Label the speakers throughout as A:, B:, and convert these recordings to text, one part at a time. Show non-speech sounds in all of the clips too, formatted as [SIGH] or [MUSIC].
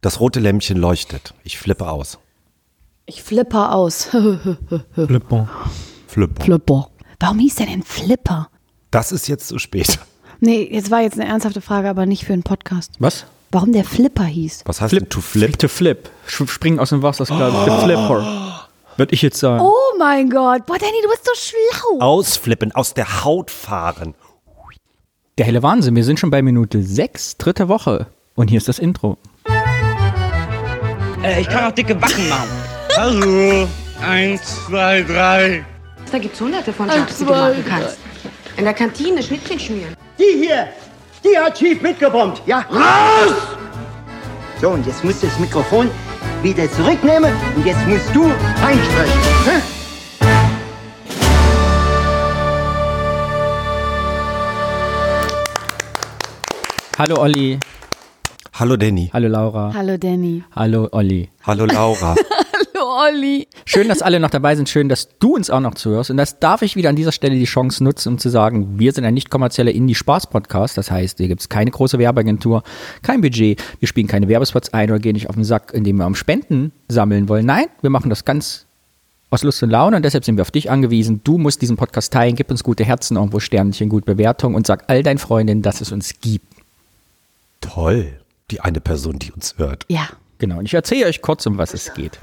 A: Das rote Lämpchen leuchtet. Ich flippe aus.
B: Ich flipper aus. [LAUGHS]
C: Flippon.
A: Flipper.
B: Flipper. Warum hieß der denn Flipper?
A: Das ist jetzt zu spät.
B: Nee, jetzt war jetzt eine ernsthafte Frage, aber nicht für einen Podcast.
C: Was?
B: Warum der Flipper hieß?
A: Was heißt denn to
C: Flip
A: flip?
C: to flip. Sch- Springen aus dem Wasser, ist klar. Der Flipper. Würde ich jetzt sagen.
B: Oh mein Gott. Boah, Danny, du bist so schlau.
A: Ausflippen, aus der Haut fahren.
C: Der helle Wahnsinn, wir sind schon bei Minute 6, dritte Woche. Und hier ist das Intro.
D: Äh, ich kann auch dicke Backen machen. Hallo. Eins, zwei, drei.
E: Da gibt's hunderte von Jobs, die du machen kannst. In der Kantine Schnittchen schmieren.
F: Die hier, die hat schief mitgebombt. Ja, raus! So, und jetzt musst du das Mikrofon wieder zurücknehmen und jetzt musst du reinsprechen. Hä?
C: Hallo Olli.
A: Hallo Danny.
C: Hallo Laura.
B: Hallo, Danny.
C: Hallo Olli.
A: Hallo Laura.
B: Hallo, Olli.
C: Schön, dass alle noch dabei sind. Schön, dass du uns auch noch zuhörst. Und das darf ich wieder an dieser Stelle die Chance nutzen, um zu sagen, wir sind ein nicht kommerzieller Indie-Spaß-Podcast. Das heißt, hier gibt es keine große Werbeagentur, kein Budget. Wir spielen keine Werbespots ein oder gehen nicht auf den Sack, indem wir um Spenden sammeln wollen. Nein, wir machen das ganz aus Lust und Laune und deshalb sind wir auf dich angewiesen. Du musst diesen Podcast teilen, gib uns gute Herzen, irgendwo Sternchen, gute Bewertung und sag all deinen Freundinnen, dass es uns gibt.
A: Toll. Die eine Person, die uns hört.
B: Ja.
C: Genau, und ich erzähle euch kurz, um was es geht.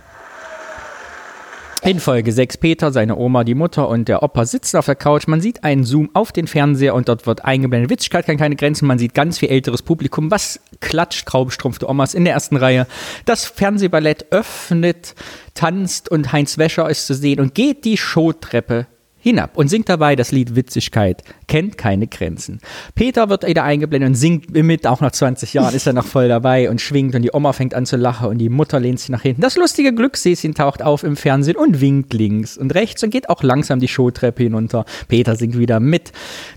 C: In Folge 6 Peter, seine Oma, die Mutter und der Opa sitzen auf der Couch. Man sieht einen Zoom auf den Fernseher und dort wird eingeblendet. Witzigkeit kann keine Grenzen. Man sieht ganz viel älteres Publikum. Was klatscht graubestrumpfte Omas in der ersten Reihe? Das Fernsehballett öffnet, tanzt und Heinz Wäscher ist zu sehen und geht die Showtreppe hinab und singt dabei das Lied Witzigkeit kennt keine Grenzen. Peter wird wieder eingeblendet und singt mit, auch nach 20 Jahren ist er noch voll dabei und schwingt und die Oma fängt an zu lachen und die Mutter lehnt sich nach hinten. Das lustige Glücksäschen taucht auf im Fernsehen und winkt links und rechts und geht auch langsam die Showtreppe hinunter. Peter singt wieder mit.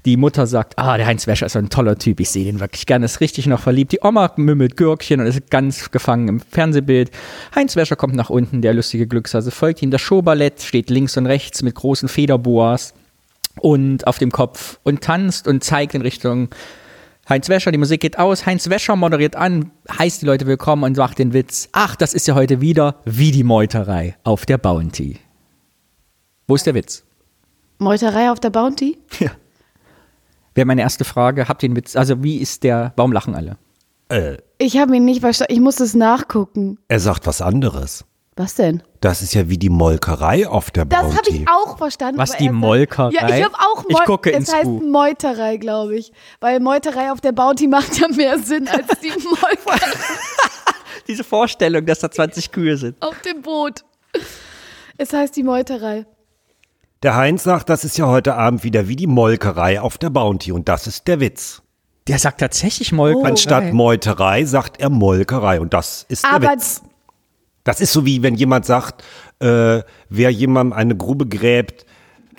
C: Die Mutter sagt, ah, der Heinz Wäscher ist so ein toller Typ, ich sehe den wirklich gerne, ist richtig noch verliebt. Die Oma mümmelt Gürkchen und ist ganz gefangen im Fernsehbild. Heinz Wäscher kommt nach unten, der lustige Glückshase folgt ihm. Das Showballett steht links und rechts mit großen Federboas und auf dem Kopf und tanzt und zeigt in Richtung Heinz Wäscher. Die Musik geht aus. Heinz Wäscher moderiert an, heißt die Leute willkommen und macht den Witz. Ach, das ist ja heute wieder wie die Meuterei auf der Bounty. Wo ist der Witz?
B: Meuterei auf der Bounty?
C: Wäre meine erste Frage. Habt ihr den Witz? Also, wie ist der? Warum lachen alle?
A: Äh,
B: Ich habe ihn nicht verstanden. Ich muss es nachgucken.
A: er sagt was anderes.
B: Was denn?
A: Das ist ja wie die Molkerei auf der
B: Das
A: Bounty.
B: habe ich auch verstanden.
C: Was,
B: aber
C: die
B: er sagt-
C: Molkerei?
B: Ja, ich habe auch
C: Ich gucke
B: es
C: ins
B: heißt
C: Buch.
B: Meuterei, glaube ich. Weil Meuterei auf der Bounty [LAUGHS] macht ja mehr Sinn als
C: [LAUGHS]
B: die Molkerei
C: Diese Vorstellung, dass da 20 Kühe sind.
B: auf dem Boot. Es heißt die Meuterei.
A: Der Heinz sagt, das ist ja heute Abend wieder wie die Molkerei auf der Bounty. Und das ist der Witz.
C: Der sagt tatsächlich
B: Oh,
C: Molkerei.
A: Anstatt Meuterei sagt er Molkerei. Und das ist der
B: Aber
A: Witz. Das ist so wie, wenn jemand sagt, äh, wer jemandem eine Grube gräbt.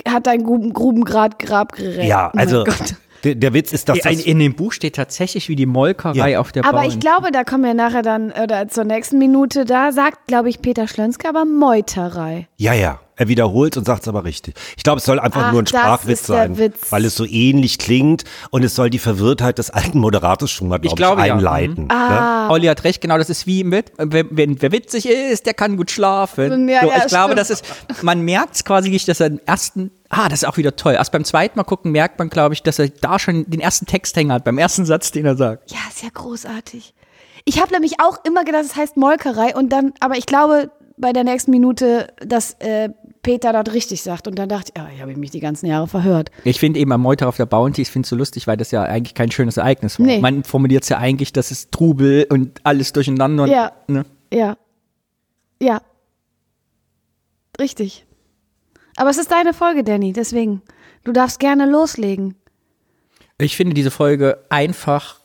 B: hat ein Gruben, Grubengrad Grabgerät.
A: Ja,
B: Oh mein
A: also
B: Gott.
A: der, der Witz ist, dass
C: In,
A: das...
C: in dem Buch steht tatsächlich wie die Molkerei
A: Ja.
C: auf der
B: Aber
C: Bounty.
B: ich glaube, da kommen wir nachher dann, oder zur nächsten Minute, da sagt, glaube ich, Peter Schlönske aber Meuterei.
A: Ja, ja. Er wiederholt und sagt es aber richtig. Ich glaube, es soll einfach
B: Ach,
A: nur ein
B: das
A: Sprachwitz
B: ist der
A: sein,
B: Witz.
A: weil es so ähnlich klingt und es soll die Verwirrtheit des alten Moderators schon mal, glaube ich,
C: glaube, ja.
A: einleiten.
B: Mhm. Ah.
A: ne?
C: Olli hat recht, genau, das ist wie mit, wer, wer, wer witzig ist, der kann gut schlafen.
B: Ja,
C: so,
B: ja,
C: ich glaube,
B: stimmt.
C: das ist, man merkt es quasi nicht, dass er im ersten, ah, das ist auch wieder toll. Erst beim zweiten Mal gucken merkt man, glaube ich, dass er da schon den ersten Texthänger hat, beim ersten Satz, den er sagt.
B: Ja, ist ja großartig. Ich habe nämlich auch immer gedacht, es heißt Molkerei und dann, aber ich glaube bei der nächsten Minute, dass äh, Peter dort richtig sagt und dann dachte ich, ja, ich habe mich die ganzen Jahre verhört.
C: Ich finde eben am Meuter auf der Bounty, ich finde es so lustig, weil das ja eigentlich kein schönes Ereignis war.
B: Nee.
C: Man formuliert es ja eigentlich, dass es Trubel und alles durcheinander. Und,
B: Ja.
C: ne?
B: Ja. Ja. Richtig. Aber es ist deine Folge, Danny, deswegen. Du darfst gerne loslegen.
C: Ich finde diese Folge einfach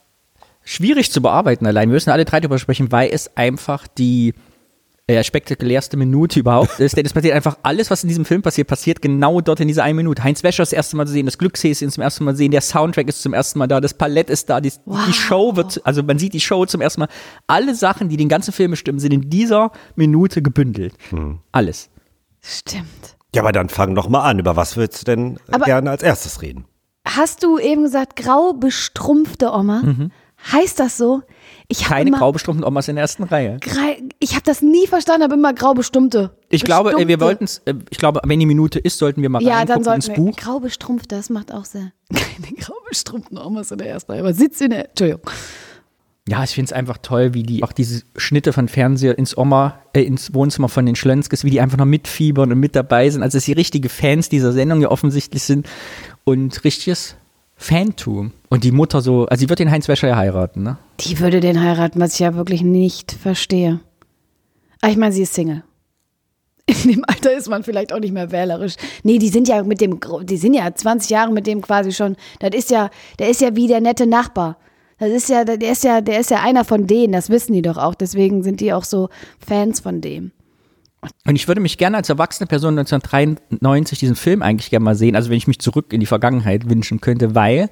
C: schwierig zu bearbeiten allein. Wir müssen alle drei drüber sprechen, weil es einfach die äh, spektakulärste Minute überhaupt ist. Denn es passiert einfach alles, was in diesem Film passiert, passiert genau dort in dieser einen Minute. Heinz Wäscher das erste Mal zu sehen, das Glückshäschen zum ersten Mal sehen, der Soundtrack ist zum ersten Mal da, das Palett ist da, die, die Show wird, also man sieht die Show zum ersten Mal. Alle Sachen, die den ganzen Film bestimmen, sind in dieser Minute gebündelt. Alles.
B: Stimmt.
A: Ja, aber dann fang doch mal an. Über was würdest du denn
B: Aber-
A: gerne als erstes reden?
B: Hast du eben gesagt, grau bestrumpfte Oma? Heißt das so? Ich habe
C: Mhm. Keine
B: immer
C: graubestimmten Omas in der ersten Reihe.
B: grei- ich habe das nie verstanden, habe immer graubestimmte.
C: Ich glaube, äh, wir
B: Bestimmte.
C: wollten es, äh, ich glaube, wenn die Minute ist, sollten wir mal
B: Ja, dann
C: reingucken ins
B: sollten wir.
C: Buch.
B: Graue Strumpf, das macht auch sehr. Keine graue Strumpfen, Omas in der ersten Reihe. Aber sitzt in der. Entschuldigung.
C: Ja, ich finde es einfach toll, wie die auch diese Schnitte von Fernseher ins Oma, äh, ins Wohnzimmer von den Schlönskes, wie die einfach noch mitfiebern und mit dabei sind. Also, dass sie richtige Fans dieser Sendung ja offensichtlich sind und richtiges Fantum. Und die Mutter so, also sie wird den Heinz Wäscher ja heiraten, ne?
B: Die würde den heiraten, was ich ja wirklich nicht verstehe. Aber ich meine, sie ist Single. In dem Alter ist man vielleicht auch nicht mehr wählerisch. Nee, die sind ja mit dem, Gro- die sind ja 20 Jahre mit dem quasi schon. Das ist ja, der ist ja wie der nette Nachbar. Das ist ja, der ist ja, der ist ja einer von denen, das wissen die doch auch. Deswegen sind die auch so Fans von dem.
C: Und ich würde mich gerne als erwachsene Person 1993 diesen Film eigentlich gerne mal sehen, also wenn ich mich zurück in die Vergangenheit wünschen könnte, weil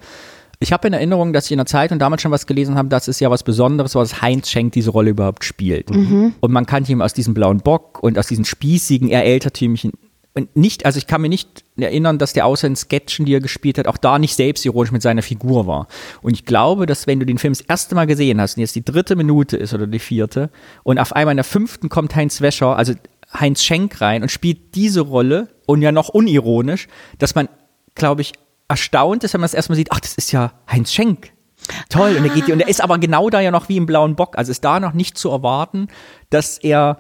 C: ich habe in Erinnerung, dass ich in der Zeitung damals schon was gelesen habe, dass es ja was Besonderes war, dass Heinz Schenk diese Rolle überhaupt spielt. Und man kannte ihn aus diesem blauen Bock und aus diesen spießigen, eher ältertümlichen. Und nicht, also ich kann mir nicht erinnern, dass der außer in Sketchen, die er gespielt hat, auch da nicht selbstironisch mit seiner Figur war. Und ich glaube, dass wenn du den Film das erste Mal gesehen hast und jetzt die dritte Minute ist oder die vierte und auf einmal in der fünften kommt Heinz Wäscher, also Heinz Schenk rein und spielt diese Rolle und ja noch unironisch, dass man, glaube ich, erstaunt ist, wenn man es erstmal sieht, ach, das ist ja Heinz Schenk. Toll, und er geht die, und er ist aber genau da ja noch wie im blauen Bock. Also ist da noch nicht zu erwarten, dass er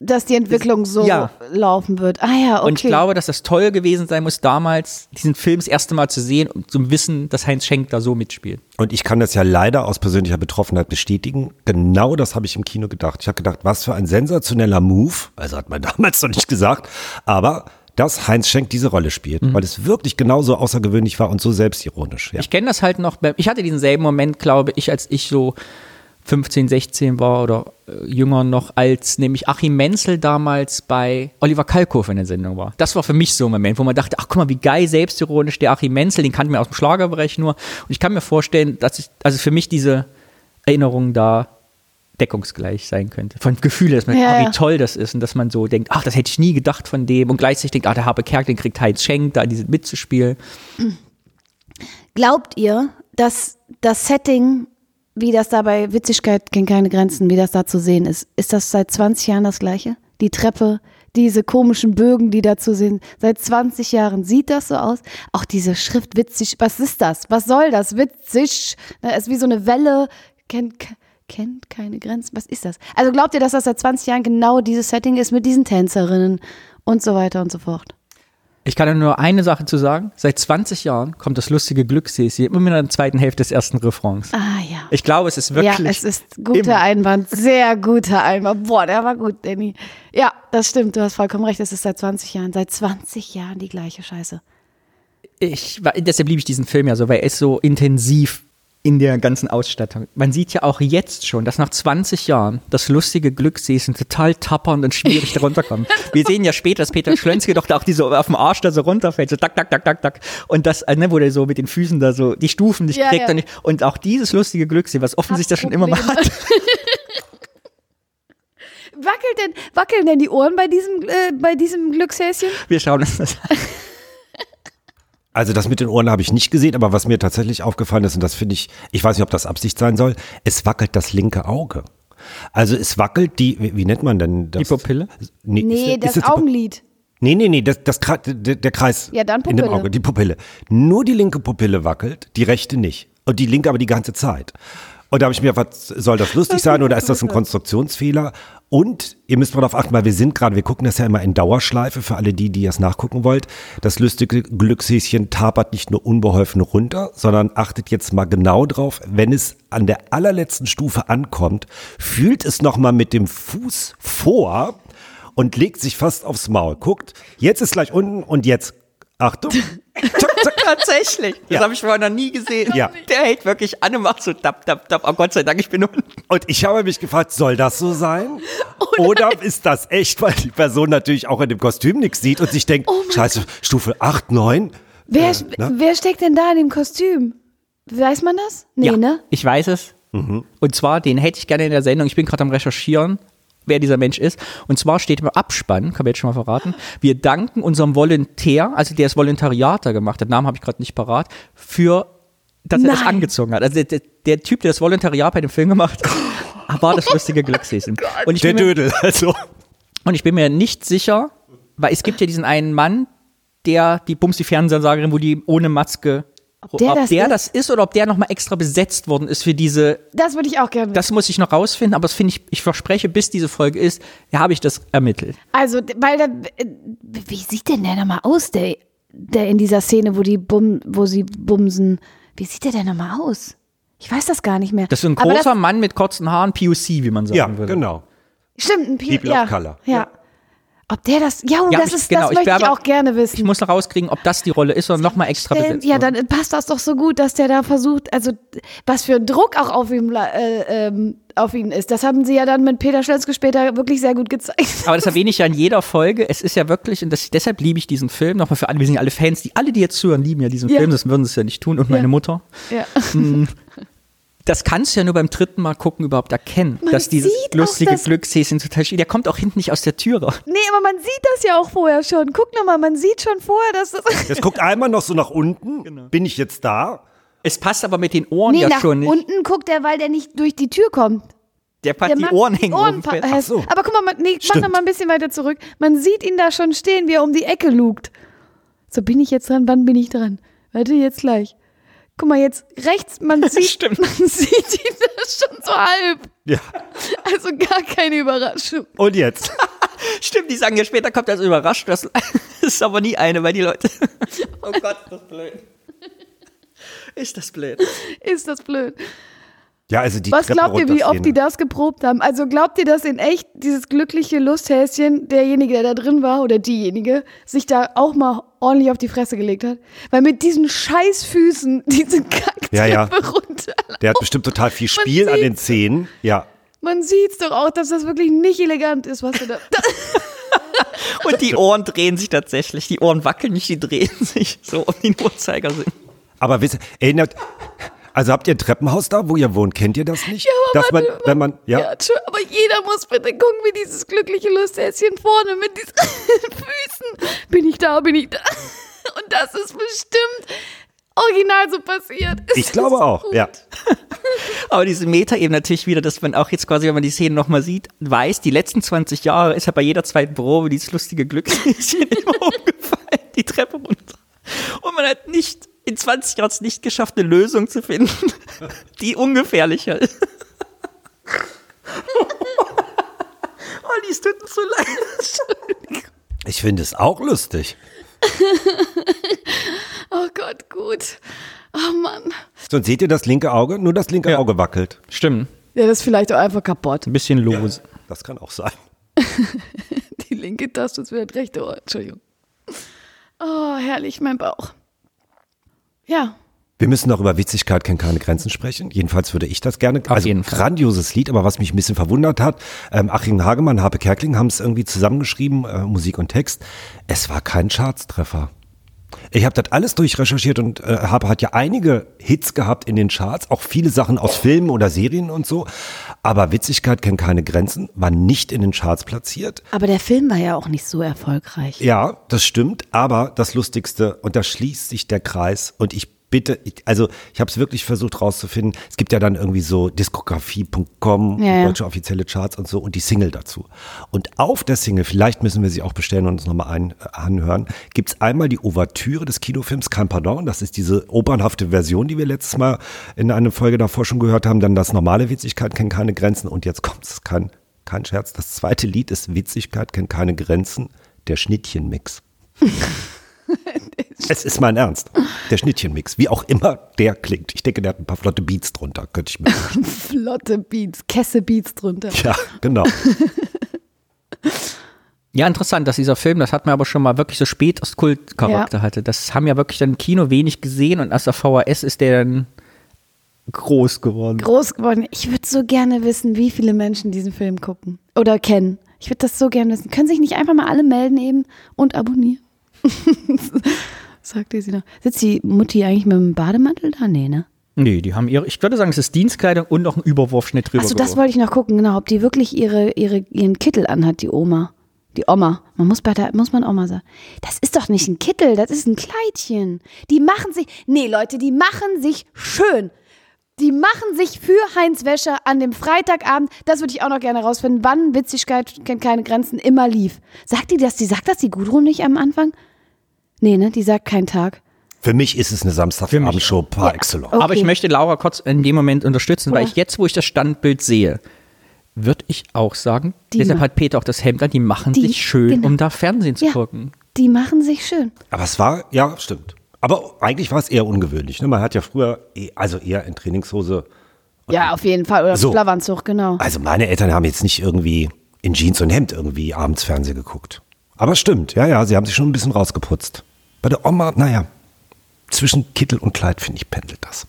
B: Dass die Entwicklung so
C: Ja.
B: laufen wird. Ah ja, okay.
C: und ich glaube, dass das toll gewesen sein muss, damals diesen Film das erste Mal zu sehen und zu wissen, dass Heinz Schenk da so mitspielt.
A: Und ich kann das ja leider aus persönlicher Betroffenheit bestätigen. Genau das habe ich im Kino gedacht. Ich habe gedacht, was für ein sensationeller Move. Also hat man [LAUGHS] damals noch nicht gesagt. Aber dass Heinz Schenk diese Rolle spielt,
C: Mhm.
A: weil es wirklich genauso außergewöhnlich war und so selbstironisch. Ja.
C: Ich kenne das halt noch, beim- ich hatte diesen selben Moment, glaube ich, als ich so 15, 16 war oder äh, jünger noch, als nämlich Achim Menzel damals bei Oliver Kalkofe in der Sendung war. Das war für mich so ein Moment, wo man dachte, ach guck mal, wie geil selbstironisch der Achim Menzel, den kannte man aus dem Schlagerbereich nur. Und ich kann mir vorstellen, dass ich, also für mich diese Erinnerung da deckungsgleich sein könnte. Von Gefühl, dass man,
B: Ja,
C: ah, wie
B: ja.
C: toll das ist und dass man so denkt, ach, das hätte ich nie gedacht von dem und gleichzeitig denkt, ah, der Habe Kerk, den kriegt Heinz Schenk, da diese mitzuspielen.
B: Glaubt ihr, dass das Setting, wie das da bei Witzigkeit kennt keine Grenzen, wie das da zu sehen ist, ist das seit 20 Jahren das gleiche? Die Treppe, diese komischen Bögen, die da zu sehen, seit 20 Jahren sieht das so aus. Auch diese Schrift witzig, was ist das? Was soll das? Witzig, ne, ist wie so eine Welle, kennt, ke- kennt keine Grenzen, was ist das? Also glaubt ihr, dass das seit 20 Jahren genau dieses Setting ist mit diesen Tänzerinnen und so weiter und so fort?
C: Ich kann nur eine Sache zu sagen. Seit 20 Jahren kommt das lustige Glückssesi immer in der zweiten Hälfte des ersten Refrains.
B: Ah ja.
C: Ich glaube, es ist wirklich.
B: Ja, es ist guter
C: immer-
B: Einwand, sehr guter Einwand. Boah, der war gut, Danny. Ja, das stimmt, du hast vollkommen recht, es ist seit 20 Jahren, seit 20 Jahren die gleiche Scheiße.
C: Ich, war- deshalb liebe ich diesen Film ja so, weil er ist so intensiv in der ganzen Ausstattung. Man sieht ja auch jetzt schon, dass nach 20 Jahren das lustige Glückssesen total tappernd und
B: [LAUGHS]
C: schwierig darunter kommt. Wir sehen ja später, dass Peter Schlönske doch da auch diese auf dem Arsch da so runterfällt, so tak, tak, tak, tak, tak. Und das, äh, ne, wo der so mit den Füßen da so die Stufen nicht
B: Ja,
C: kriegt.
B: ja.
C: Und, nicht- und auch dieses lustige Glückssehen, was offensichtlich das schon immer mal [LAUGHS]
B: Probleme.
C: hat.
B: Wackelt denn, [LAUGHS] wackeln denn die Ohren bei diesem, äh, bei diesem Glückshäschen?
C: Wir schauen uns das an.
A: Also das mit den Ohren habe ich nicht gesehen, aber was mir tatsächlich aufgefallen ist, und das finde ich, ich weiß nicht, ob das Absicht sein soll, es wackelt das linke Auge. Also es wackelt die, wie, wie nennt man denn das?
C: Die Pupille?
A: Nee,
B: Nee,
A: ist- ist
B: das,
A: die Pu-
B: Augenlid.
A: Nee, nee, nee, das, das, Kre- der, der Kreis
B: Ja, dann
A: in dem
B: Pupille.
A: Auge, die Pupille. Nur die linke Pupille wackelt, die rechte nicht. Und die linke aber die ganze Zeit. Und da habe ich mir, was soll das lustig sein oder ist das
B: [LAUGHS]
A: ein Konstruktionsfehler? Und ihr müsst mal darauf achten, weil wir sind gerade, wir gucken das ja immer in Dauerschleife für alle die, die das nachgucken wollt. Das lustige Glückshäschen tapert nicht nur unbeholfen runter, sondern achtet jetzt mal genau drauf, wenn es an der allerletzten Stufe ankommt, fühlt es nochmal mit dem Fuß vor und legt sich fast aufs Maul. Guckt, jetzt ist gleich unten und jetzt.
B: [LAUGHS]
A: Achtung. Zack, zack.
C: Tatsächlich. Das
A: Ja.
C: habe ich vorher noch nie gesehen.
A: Ja.
C: Der hält wirklich an und macht so tap, tap, tap. Oh Gott sei Dank, ich bin unten.
A: Und ich habe mich gefragt, soll das so sein?
B: Oh
A: Oder ist das echt, weil die Person natürlich auch in dem Kostüm nichts sieht und sich
B: Oh
A: denkt, scheiße, Stufe 8, 9?
C: Äh,
B: Wer,
A: ne?
B: wer steckt denn da in dem Kostüm? Weiß man das? Nee, ne?
C: Ich weiß es. Und zwar, den hätte ich gerne in der Sendung. Ich bin gerade am Recherchieren, wer dieser Mensch ist. Und zwar steht im Abspann, kann man jetzt schon mal verraten, wir danken unserem Volontär, also der das Volontariat da gemacht hat, Namen habe ich gerade nicht parat, für dass er das
B: Nein.
C: angezogen hat. Also der- der, der Typ, der das Volontariat bei dem Film gemacht hat, [LAUGHS] war das lustige Glückssesen. Und ich
A: Der
C: bin mir-
A: Dödel, also.
C: Und ich bin mir nicht sicher, weil es gibt ja diesen einen Mann, der die Bums, die Fernsehansagerin, wo die ohne Maske. Ob
B: der das ist?
C: das ist oder ob der nochmal extra besetzt worden ist für diese.
B: Das würde ich auch gerne wissen.
C: Das muss ich noch rausfinden, aber das finde ich, ich verspreche, bis diese Folge ist, ja, habe ich das ermittelt.
B: Also, d- weil da, äh, wie sieht denn der nochmal aus, der, der in dieser Szene, wo die bum, wo sie bumsen, wie sieht der denn nochmal aus? Ich weiß das gar nicht mehr.
C: Das ist ein
B: Aber
C: großer Mann mit kurzen Haaren, POC, wie man sagen
A: Ja,
C: würde.
A: genau.
B: Das, stimmt, ein Pi-
A: Deep Love
B: ja,
A: Color.
B: Ja. Ob der das, ja, und
C: Ja,
B: das
C: ich-
B: ist,
C: genau,
B: das
C: ich
B: möchte ich,
C: werbe-
B: auch gerne wissen.
C: Ich muss noch rauskriegen, ob das die Rolle ist oder nochmal extra
B: Denn-
C: besetzt.
B: ja,
C: wurde.
B: dann passt das doch so gut, dass der da versucht, also was für ein Druck auch auf ihm, la- äh, ähm, auf ihn ist. Das haben sie ja dann mit Peter Schlönske später wirklich sehr gut gezeigt.
C: Aber das erwähne ich ja in jeder Folge. Es ist ja wirklich, und das, deshalb liebe ich diesen Film. Nochmal für alle, wir sind ja alle Fans, die alle, die jetzt zuhören, lieben ja diesen
B: Ja.
C: Film, sonst würden sie es ja nicht tun. Und meine Mutter. [LAUGHS]
B: ja.
C: Das kannst du ja nur beim dritten Mal gucken überhaupt erkennen, dass dieses
B: sieht auch
C: lustige
B: das-
C: Glückshäschen total schief. Der kommt auch hinten nicht aus der Tür raus.
B: Nee, aber man sieht das ja auch vorher schon. Guck nochmal, man sieht schon vorher, dass das.
A: Jetzt guckt einmal noch so nach unten.
B: Genau.
A: Bin ich jetzt da?
C: Es passt aber mit den Ohren
B: Nee,
C: ja
B: nach
C: schon nicht.
B: unten guckt er, weil der nicht durch die Tür kommt.
C: der Pat,
B: Der
C: die
B: macht-
C: Ohren hängen
B: Ohren
C: oben
B: pa-
C: fest.
B: äh, Aber guck mal, man, nee, mach noch mal ein bisschen weiter zurück. Man sieht ihn da schon stehen, wie er um die Ecke lugt. So bin ich jetzt dran, wann bin ich dran? Warte, jetzt gleich. Guck mal, jetzt rechts,
C: [LAUGHS]
B: man sieht, [LAUGHS]
C: Stimmt.
B: man sieht ihn da schon so halb.
A: Ja.
B: Also gar keine Überraschung.
C: Oh.
A: Und jetzt?
B: [LAUGHS]
C: Stimmt, die sagen ja später, kommt das überrascht. Das [LAUGHS] ist aber nie eine, weil die Leute. [LAUGHS] oh Gott, ist das blöd. Ist das blöd.
B: Ist das blöd.
A: Ja, also die
B: Was
A: Treppe
B: glaubt ihr, wie
A: runter
B: oft die
A: Szene.
B: das geprobt haben? Also glaubt ihr, dass in echt dieses glückliche Lusthäschen, derjenige, der da drin war oder diejenige, sich da auch mal ordentlich auf die Fresse gelegt hat? Weil mit diesen Scheißfüßen, diese Kacktreppe
A: Ja, ja.
B: runter.
A: Der hat bestimmt total viel Spiel an den Zähnen. Ja.
B: Man sieht's doch auch, dass das wirklich nicht elegant ist, was du da.
C: Und die Ohren drehen sich tatsächlich. Die Ohren wackeln nicht, die drehen sich so um den Uhrzeigersinn.
A: Aber wisst, erinnert. Also habt ihr ein Treppenhaus da, wo ihr wohnt? Kennt ihr das nicht?
B: Ja, aber
A: Dass man,
B: warte,
A: wenn man, ja,
B: Ja, tschö, aber jeder muss bitte gucken, wie dieses glückliche Lusthäschen vorne mit diesen [LAUGHS] Füßen. Bin ich da, bin ich da. [LAUGHS] Und das ist bestimmt original so passiert. Es
A: ich
B: [LAUGHS]
A: glaube
B: ist
A: auch.
B: gut.
A: Ja.
C: Aber diese Meta eben natürlich wieder, dass man auch jetzt quasi, wenn man die Szene nochmal sieht, weiß, die letzten 20 Jahre ist ja bei jeder zweiten Probe dieses lustige [LAUGHS] Glückshäschen immer umgefallen, die Treppe runter. Und man hat nicht, in 20 Jahren es nicht geschafft, eine Lösung zu finden, [LAUGHS] die ungefährlicher ist. [LAUGHS] Olli, es Oh, tut mir so leid.
A: Ich finde es auch lustig.
B: Oh Gott, gut. Oh Mann.
A: So, und seht ihr das linke Auge? Nur das linke Auge wackelt.
C: Stimmt,
B: Ja, das ist vielleicht auch einfach kaputt.
C: ein bisschen los.
A: Das kann auch sein.
B: Die linke Taste ist wieder das rechte Ohr. Entschuldigung. Oh, herrlich, mein Bauch. Ja.
A: Wir müssen noch über Witzigkeit kennt keine Grenzen sprechen. Jedenfalls würde ich das gerne. Auf also
C: jeden Fall.
A: grandioses Lied, aber was mich ein bisschen verwundert hat, ähm, Achim Hagemann, Harpe Kerkling haben es irgendwie zusammengeschrieben, äh, Musik und Text. Es war kein Chartstreffer. Ich habe das alles durchrecherchiert und äh, Harpe hat ja einige Hits gehabt in den Charts, auch viele Sachen aus Filmen oder Serien und so. Aber Witzigkeit kennt keine Grenzen, war nicht in den Charts platziert.
B: Aber der Film war ja auch nicht so erfolgreich.
A: Ja, das stimmt, aber das Lustigste, und da schließt sich der Kreis und ich bitte, ich, also ich habe es wirklich versucht rauszufinden, es gibt ja dann irgendwie so diskografie.com,
B: Ja, ja.
A: deutsche offizielle Charts und so und die Single dazu. Und auf der Single, vielleicht müssen wir sie auch bestellen und uns nochmal ein, äh, anhören, gibt's einmal die Ouvertüre des Kinofilms Kein Pardon, das ist diese opernhafte Version, die wir letztes Mal in einer Folge davor schon gehört haben, dann das normale Witzigkeit kennt keine Grenzen und jetzt kommt's, kein, kein Scherz, das zweite Lied ist Witzigkeit kennt keine Grenzen, der Schnittchenmix.
C: [LAUGHS]
A: Es ist mein Ernst. Der Schnittchenmix, wie auch immer der klingt. Ich denke, der hat ein paar flotte Beats drunter, könnte ich mir.
C: [LAUGHS]
B: Flotte Beats, Kesse Beats drunter.
A: Ja, genau.
C: Ja, interessant, dass dieser Film, das hat man aber schon mal wirklich so spät als Kultcharakter
B: Ja.
C: hatte. Das haben ja wirklich dann im Kino wenig gesehen und aus der VHS ist der dann groß geworden.
B: Groß geworden. Ich würde so gerne wissen, wie viele Menschen diesen Film gucken oder kennen. Ich würde das so gerne wissen. Können sich nicht einfach mal alle melden eben und abonnieren? [LAUGHS] Sagt ihr sie noch. Sitzt die Mutti eigentlich mit dem Bademantel da? Nee, ne?
C: nee, die haben ihre, ich würde sagen, es ist Dienstkleidung und noch ein Überwurfschnitt drüber.
B: Achso, das
C: geworfen.
B: wollte ich noch gucken, genau, ob die wirklich ihre, ihre, ihren Kittel anhat, die Oma. Die Oma. Man muss bei der, muss man Oma sagen. Das ist doch nicht ein Kittel, das ist ein Kleidchen. Die machen sich, nee Leute, die machen sich schön. Die machen sich für Heinz Wäscher an dem Freitagabend, das würde ich auch noch gerne rausfinden, wann Witzigkeit kennt keine Grenzen immer lief. Sagt die das, die sagt das die Gudrun nicht am Anfang? Nee, ne, die sagt keinen Tag.
A: Für mich ist es eine Samstagabendshow par excellence.
B: Okay.
C: Aber ich möchte Laura Kotz in dem Moment unterstützen, weil
B: Ja.
C: ich jetzt, wo ich das Standbild sehe, würde ich auch sagen,
B: Die
C: deshalb
B: ma-
C: hat Peter auch das Hemd an, die machen
B: Die-
C: sich schön,
B: genau.
C: um da Fernsehen zu
B: Ja,
C: gucken.
B: die machen sich schön.
A: Aber es war, ja, stimmt. Aber eigentlich war es eher ungewöhnlich. Ne? Man hat ja früher, eh- also eher in Trainingshose.
B: Ja, auf jeden Fall. Oder
A: So.
B: so. Schlafanzug, genau.
A: Also meine Eltern haben jetzt nicht irgendwie in Jeans und Hemd irgendwie abends Fernsehen geguckt. Aber stimmt, ja, ja, sie haben sich schon ein bisschen rausgeputzt. Bei der Oma, naja, zwischen Kittel und Kleid, finde ich, pendelt das.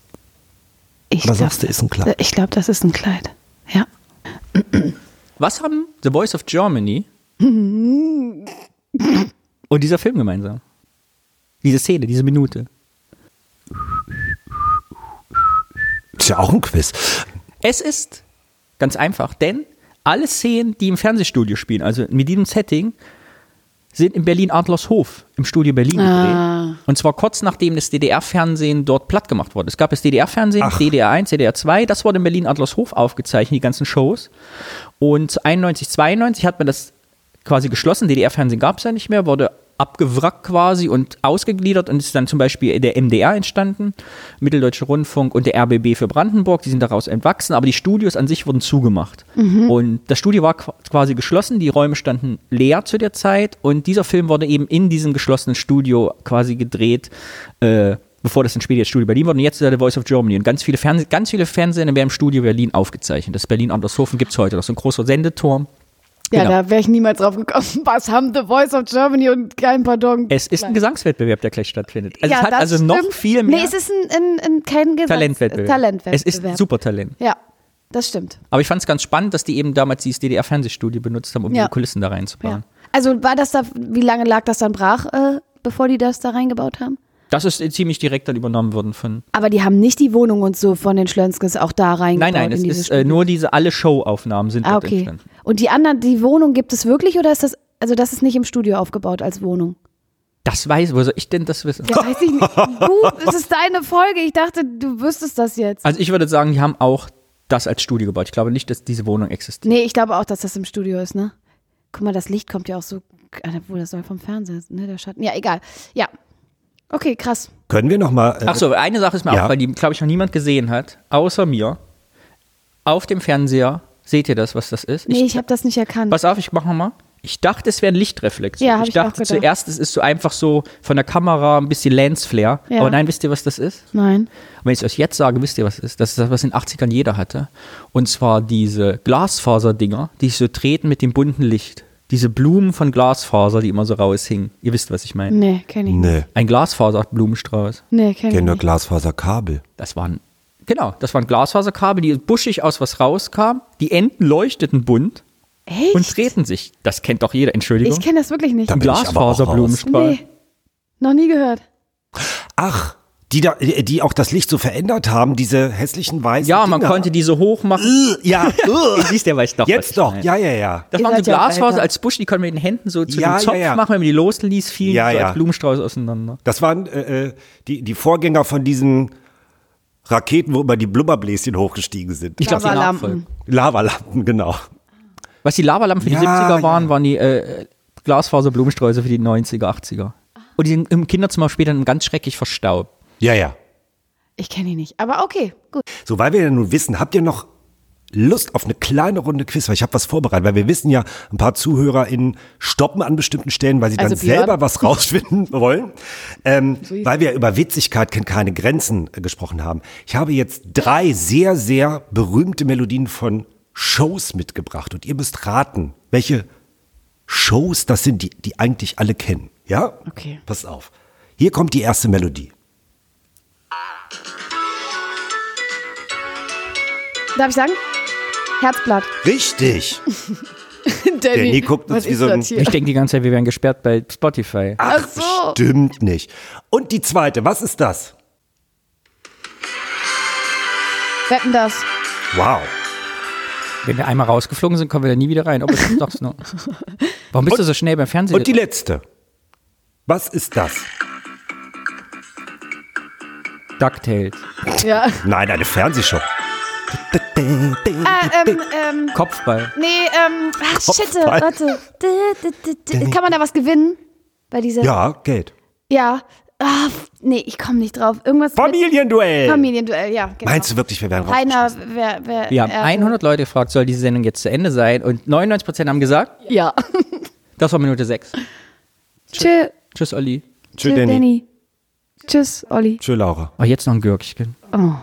B: Ich
A: Aber
C: genau.
A: sagst du, ist ein Kleid?
B: Ich glaube, das ist ein Kleid. Ja.
C: Was haben The Voice of Germany
B: [LAUGHS]
C: und dieser Film gemeinsam? Diese Szene, diese Minute.
A: Ist ja auch ein Quiz.
C: Es ist ganz einfach, denn alle Szenen, die im Fernsehstudio spielen, also mit diesem Setting, sind in Berlin Adlershof im Studio Berlin gedreht. Und zwar kurz nachdem das DDR-Fernsehen dort platt gemacht wurde. Es gab das DDR-Fernsehen,
A: Ach.
C: DDR 1, DDR 2, das wurde in Berlin Adlershof aufgezeichnet, die ganzen Shows. Und 91, 92 hat man das quasi geschlossen. DDR-Fernsehen gab es ja nicht mehr, wurde abgewrackt quasi und ausgegliedert und ist dann zum Beispiel der MDR entstanden, Mitteldeutsche Rundfunk und der RBB für Brandenburg, die sind daraus entwachsen, aber die Studios an sich wurden zugemacht. Und das Studio war qu- quasi geschlossen, die Räume standen leer zu der Zeit und dieser Film wurde eben in diesem geschlossenen Studio quasi gedreht, äh, bevor das dann später das Studio Berlin wurde und jetzt ist er The Voice of Germany und ganz viele, Fernseh ganz viele Fernsehsender werden im Studio Berlin aufgezeichnet. Das Berlin-Andershofen gibt es heute, das ist so ein großer Sendeturm.
B: Ja,
C: Genau.
B: da wäre ich niemals drauf gekommen. [LAUGHS] Was haben The Voice of Germany und kein Pardon?
C: Es ist ein Gesangswettbewerb, der gleich stattfindet. Also
B: ja,
C: es hat
B: das
C: also noch
B: stimmt.
C: viel mehr
B: Nee, es ist ein, ein, ein kein Gesetz.
C: Talentwettbewerb.
B: Talentwettbewerb.
C: Es ist ein Supertalent.
B: Ja, das stimmt.
C: Aber ich fand es ganz spannend, dass die eben damals dieses DDR-Fernsehstudio benutzt haben, um
B: Ja.
C: die Kulissen da reinzubauen.
B: Ja. Also war das da, wie lange lag das dann brach, äh, bevor die das da reingebaut haben?
C: Das ist äh, ziemlich direkt dann übernommen worden von.
B: Aber die haben nicht die Wohnung und so von den Schlönskens auch da reingebaut.
C: Nein, nein, es
B: in dieses
C: ist äh,
B: Studio?
C: nur diese alle Showaufnahmen sind
B: Ah,
C: dort
B: okay.
C: entstanden.
B: Und die anderen, die Wohnung gibt es wirklich oder ist das, also das ist nicht im Studio aufgebaut als Wohnung?
C: [LAUGHS] Das weiß, wo soll ich denn das wissen?
B: Ja, weiß ich nicht. Du, es ist deine Folge. Ich dachte, du wüsstest das jetzt.
C: Also ich würde sagen, die haben auch das als Studio gebaut. Ich glaube nicht, dass diese Wohnung existiert.
B: Nee, ich glaube auch, dass das im Studio ist, ne? Guck mal, das Licht kommt ja auch so. Ah, Obwohl, das soll vom Fernseher, ne? Der Schatten. Ja, egal. Ja. Okay, krass.
A: Können wir nochmal. Äh,
C: Ach so, eine Sache ist mir
A: Ja.
C: auch, weil die, glaube ich, noch niemand gesehen hat, außer mir. Auf dem Fernseher, seht ihr das, was das ist?
B: Nee, ich, habe das nicht erkannt.
C: Pass auf, ich mach nochmal. Ich dachte, es wäre ein Lichtreflexion.
B: Ja, hab
C: ich
B: ich auch
C: dachte
B: gedacht.
C: zuerst, es ist so einfach so von der Kamera ein bisschen Lensflare.
B: Ja.
C: Aber nein, wisst ihr, was das ist?
B: Nein.
C: Und wenn ich es euch jetzt sage, wisst ihr, was es ist? Das ist das, was in den 80ern jeder hatte. Und zwar diese Glasfaserdinger, die sich so treten mit dem bunten Licht. Diese Blumen von Glasfaser, die immer so raushingen. Ihr wisst, was ich meine.
B: Nee, kenn ich nicht.
A: nee,
C: Ein Glasfaserblumenstrauß.
B: Nee, kenn ich
A: ne, kennen nur
B: nicht.
A: Glasfaserkabel.
C: Das waren, genau, das waren Glasfaserkabel, die buschig aus was rauskam. Die Enden leuchteten bunt
B: Echt?
C: und treten sich. Das kennt doch jeder, Entschuldigung.
B: ich kenne das wirklich nicht.
A: Da bin ich aber auch raus.
C: Glasfaserblumenstrahl.
B: Nee. Noch nie gehört.
A: Ach, die, da, äh, die auch das Licht so verändert haben, diese hässlichen weißen.
C: Ja, man
A: Dinger.
C: konnte diese hoch machen.
A: Äh,
C: [LAUGHS]
A: Ja, äh.
C: Siehst du, weiß doch. was ich
A: jetzt doch.
C: meine.
A: Ja, ja, ja.
C: Das
B: Ihr
C: waren so
B: seid ja
C: Glasfaser
B: weiter.
C: als Busch, die konnten wir mit den Händen so zu
A: Ja,
C: dem Zopf
A: ja, ja.
C: machen, wenn man die losließ, fielen
A: Ja,
C: die so
A: ja.
C: als Blumenstrauß auseinander.
A: Das waren äh, äh, die, die Vorgänger von diesen Raketen, wo immer die Blubberbläschen hochgestiegen sind.
C: Ich glaube, die
B: Lavalampen.
C: Nachfolge.
A: Lavalampen, genau.
C: Was die Lavalampen für
A: Ja,
C: die 70er waren,
A: ja.
C: waren die äh, Glasfaser-Blumensträuße für die 90er, 80er.
A: Ah.
C: Und die sind im Kinderzimmer später dann ganz schrecklich verstaubt.
A: Ja, ja.
B: Ich kenne ihn nicht. Aber okay, gut.
A: So, weil wir ja nun wissen, habt ihr noch Lust auf eine kleine Runde Quiz? Weil ich habe was vorbereitet, weil wir wissen ja, ein paar ZuhörerInnen stoppen an bestimmten Stellen, weil sie dann
B: Also Björn.
A: selber
B: [LAUGHS]
A: was rausfinden wollen. Ähm, weil wir über Witzigkeit kennt keine Grenzen äh, gesprochen haben. Ich habe jetzt drei sehr, sehr berühmte Melodien von Shows mitgebracht und ihr müsst raten, welche Shows das sind, die, die eigentlich alle kennen. Ja?
B: Okay.
A: Pass auf. Hier kommt die erste Melodie.
B: Darf ich sagen? Herzblatt.
A: Richtig.
B: Danny,
A: Danny guckt uns
B: was
A: wie
B: ist
A: so ein-
B: das hier?
C: Ich denke die ganze Zeit, wir wären gesperrt bei Spotify.
A: Ach,
B: Ach so.
A: stimmt nicht. Und die zweite, was ist das?
B: Wetten das.
A: Wow.
C: Wenn wir einmal rausgeflogen sind, kommen wir da nie wieder rein. Aber das ist doch so. Warum bist du so schnell beim Fernsehen?
A: Und die letzte. Was ist das?
C: DuckTales.
G: Ja.
A: Nein, eine Fernsehshow.
G: ähm,
B: äh,
G: ähm,
C: Kopfball.
G: nee, ähm, ach, shit,
A: Kopfball.
G: warte. D, d, d, d. Kann man da was gewinnen? Bei dieser.
A: Ja, Geld.
G: Ja. Ah, f- nee, ich komme nicht drauf. Irgendwas. mit-
A: Familienduell.
G: Familienduell, ja. Genau.
A: Meinst du wirklich, wir werden raus?
G: Rainer, wer, wer.
C: Wir haben
G: er-
C: 100 Leute gefragt, soll diese Sendung jetzt zu Ende sein? Und 99% haben gesagt,
G: Ja.
C: das war Minute 6.
G: Tschö,
C: Tschüss, Olli.
A: Tschö,
G: Danny.
A: Danny.
G: Danny. Tschüss, Olli.
A: Tschö, Laura.
C: Oh, jetzt noch ein Gürkchen.
G: Oh.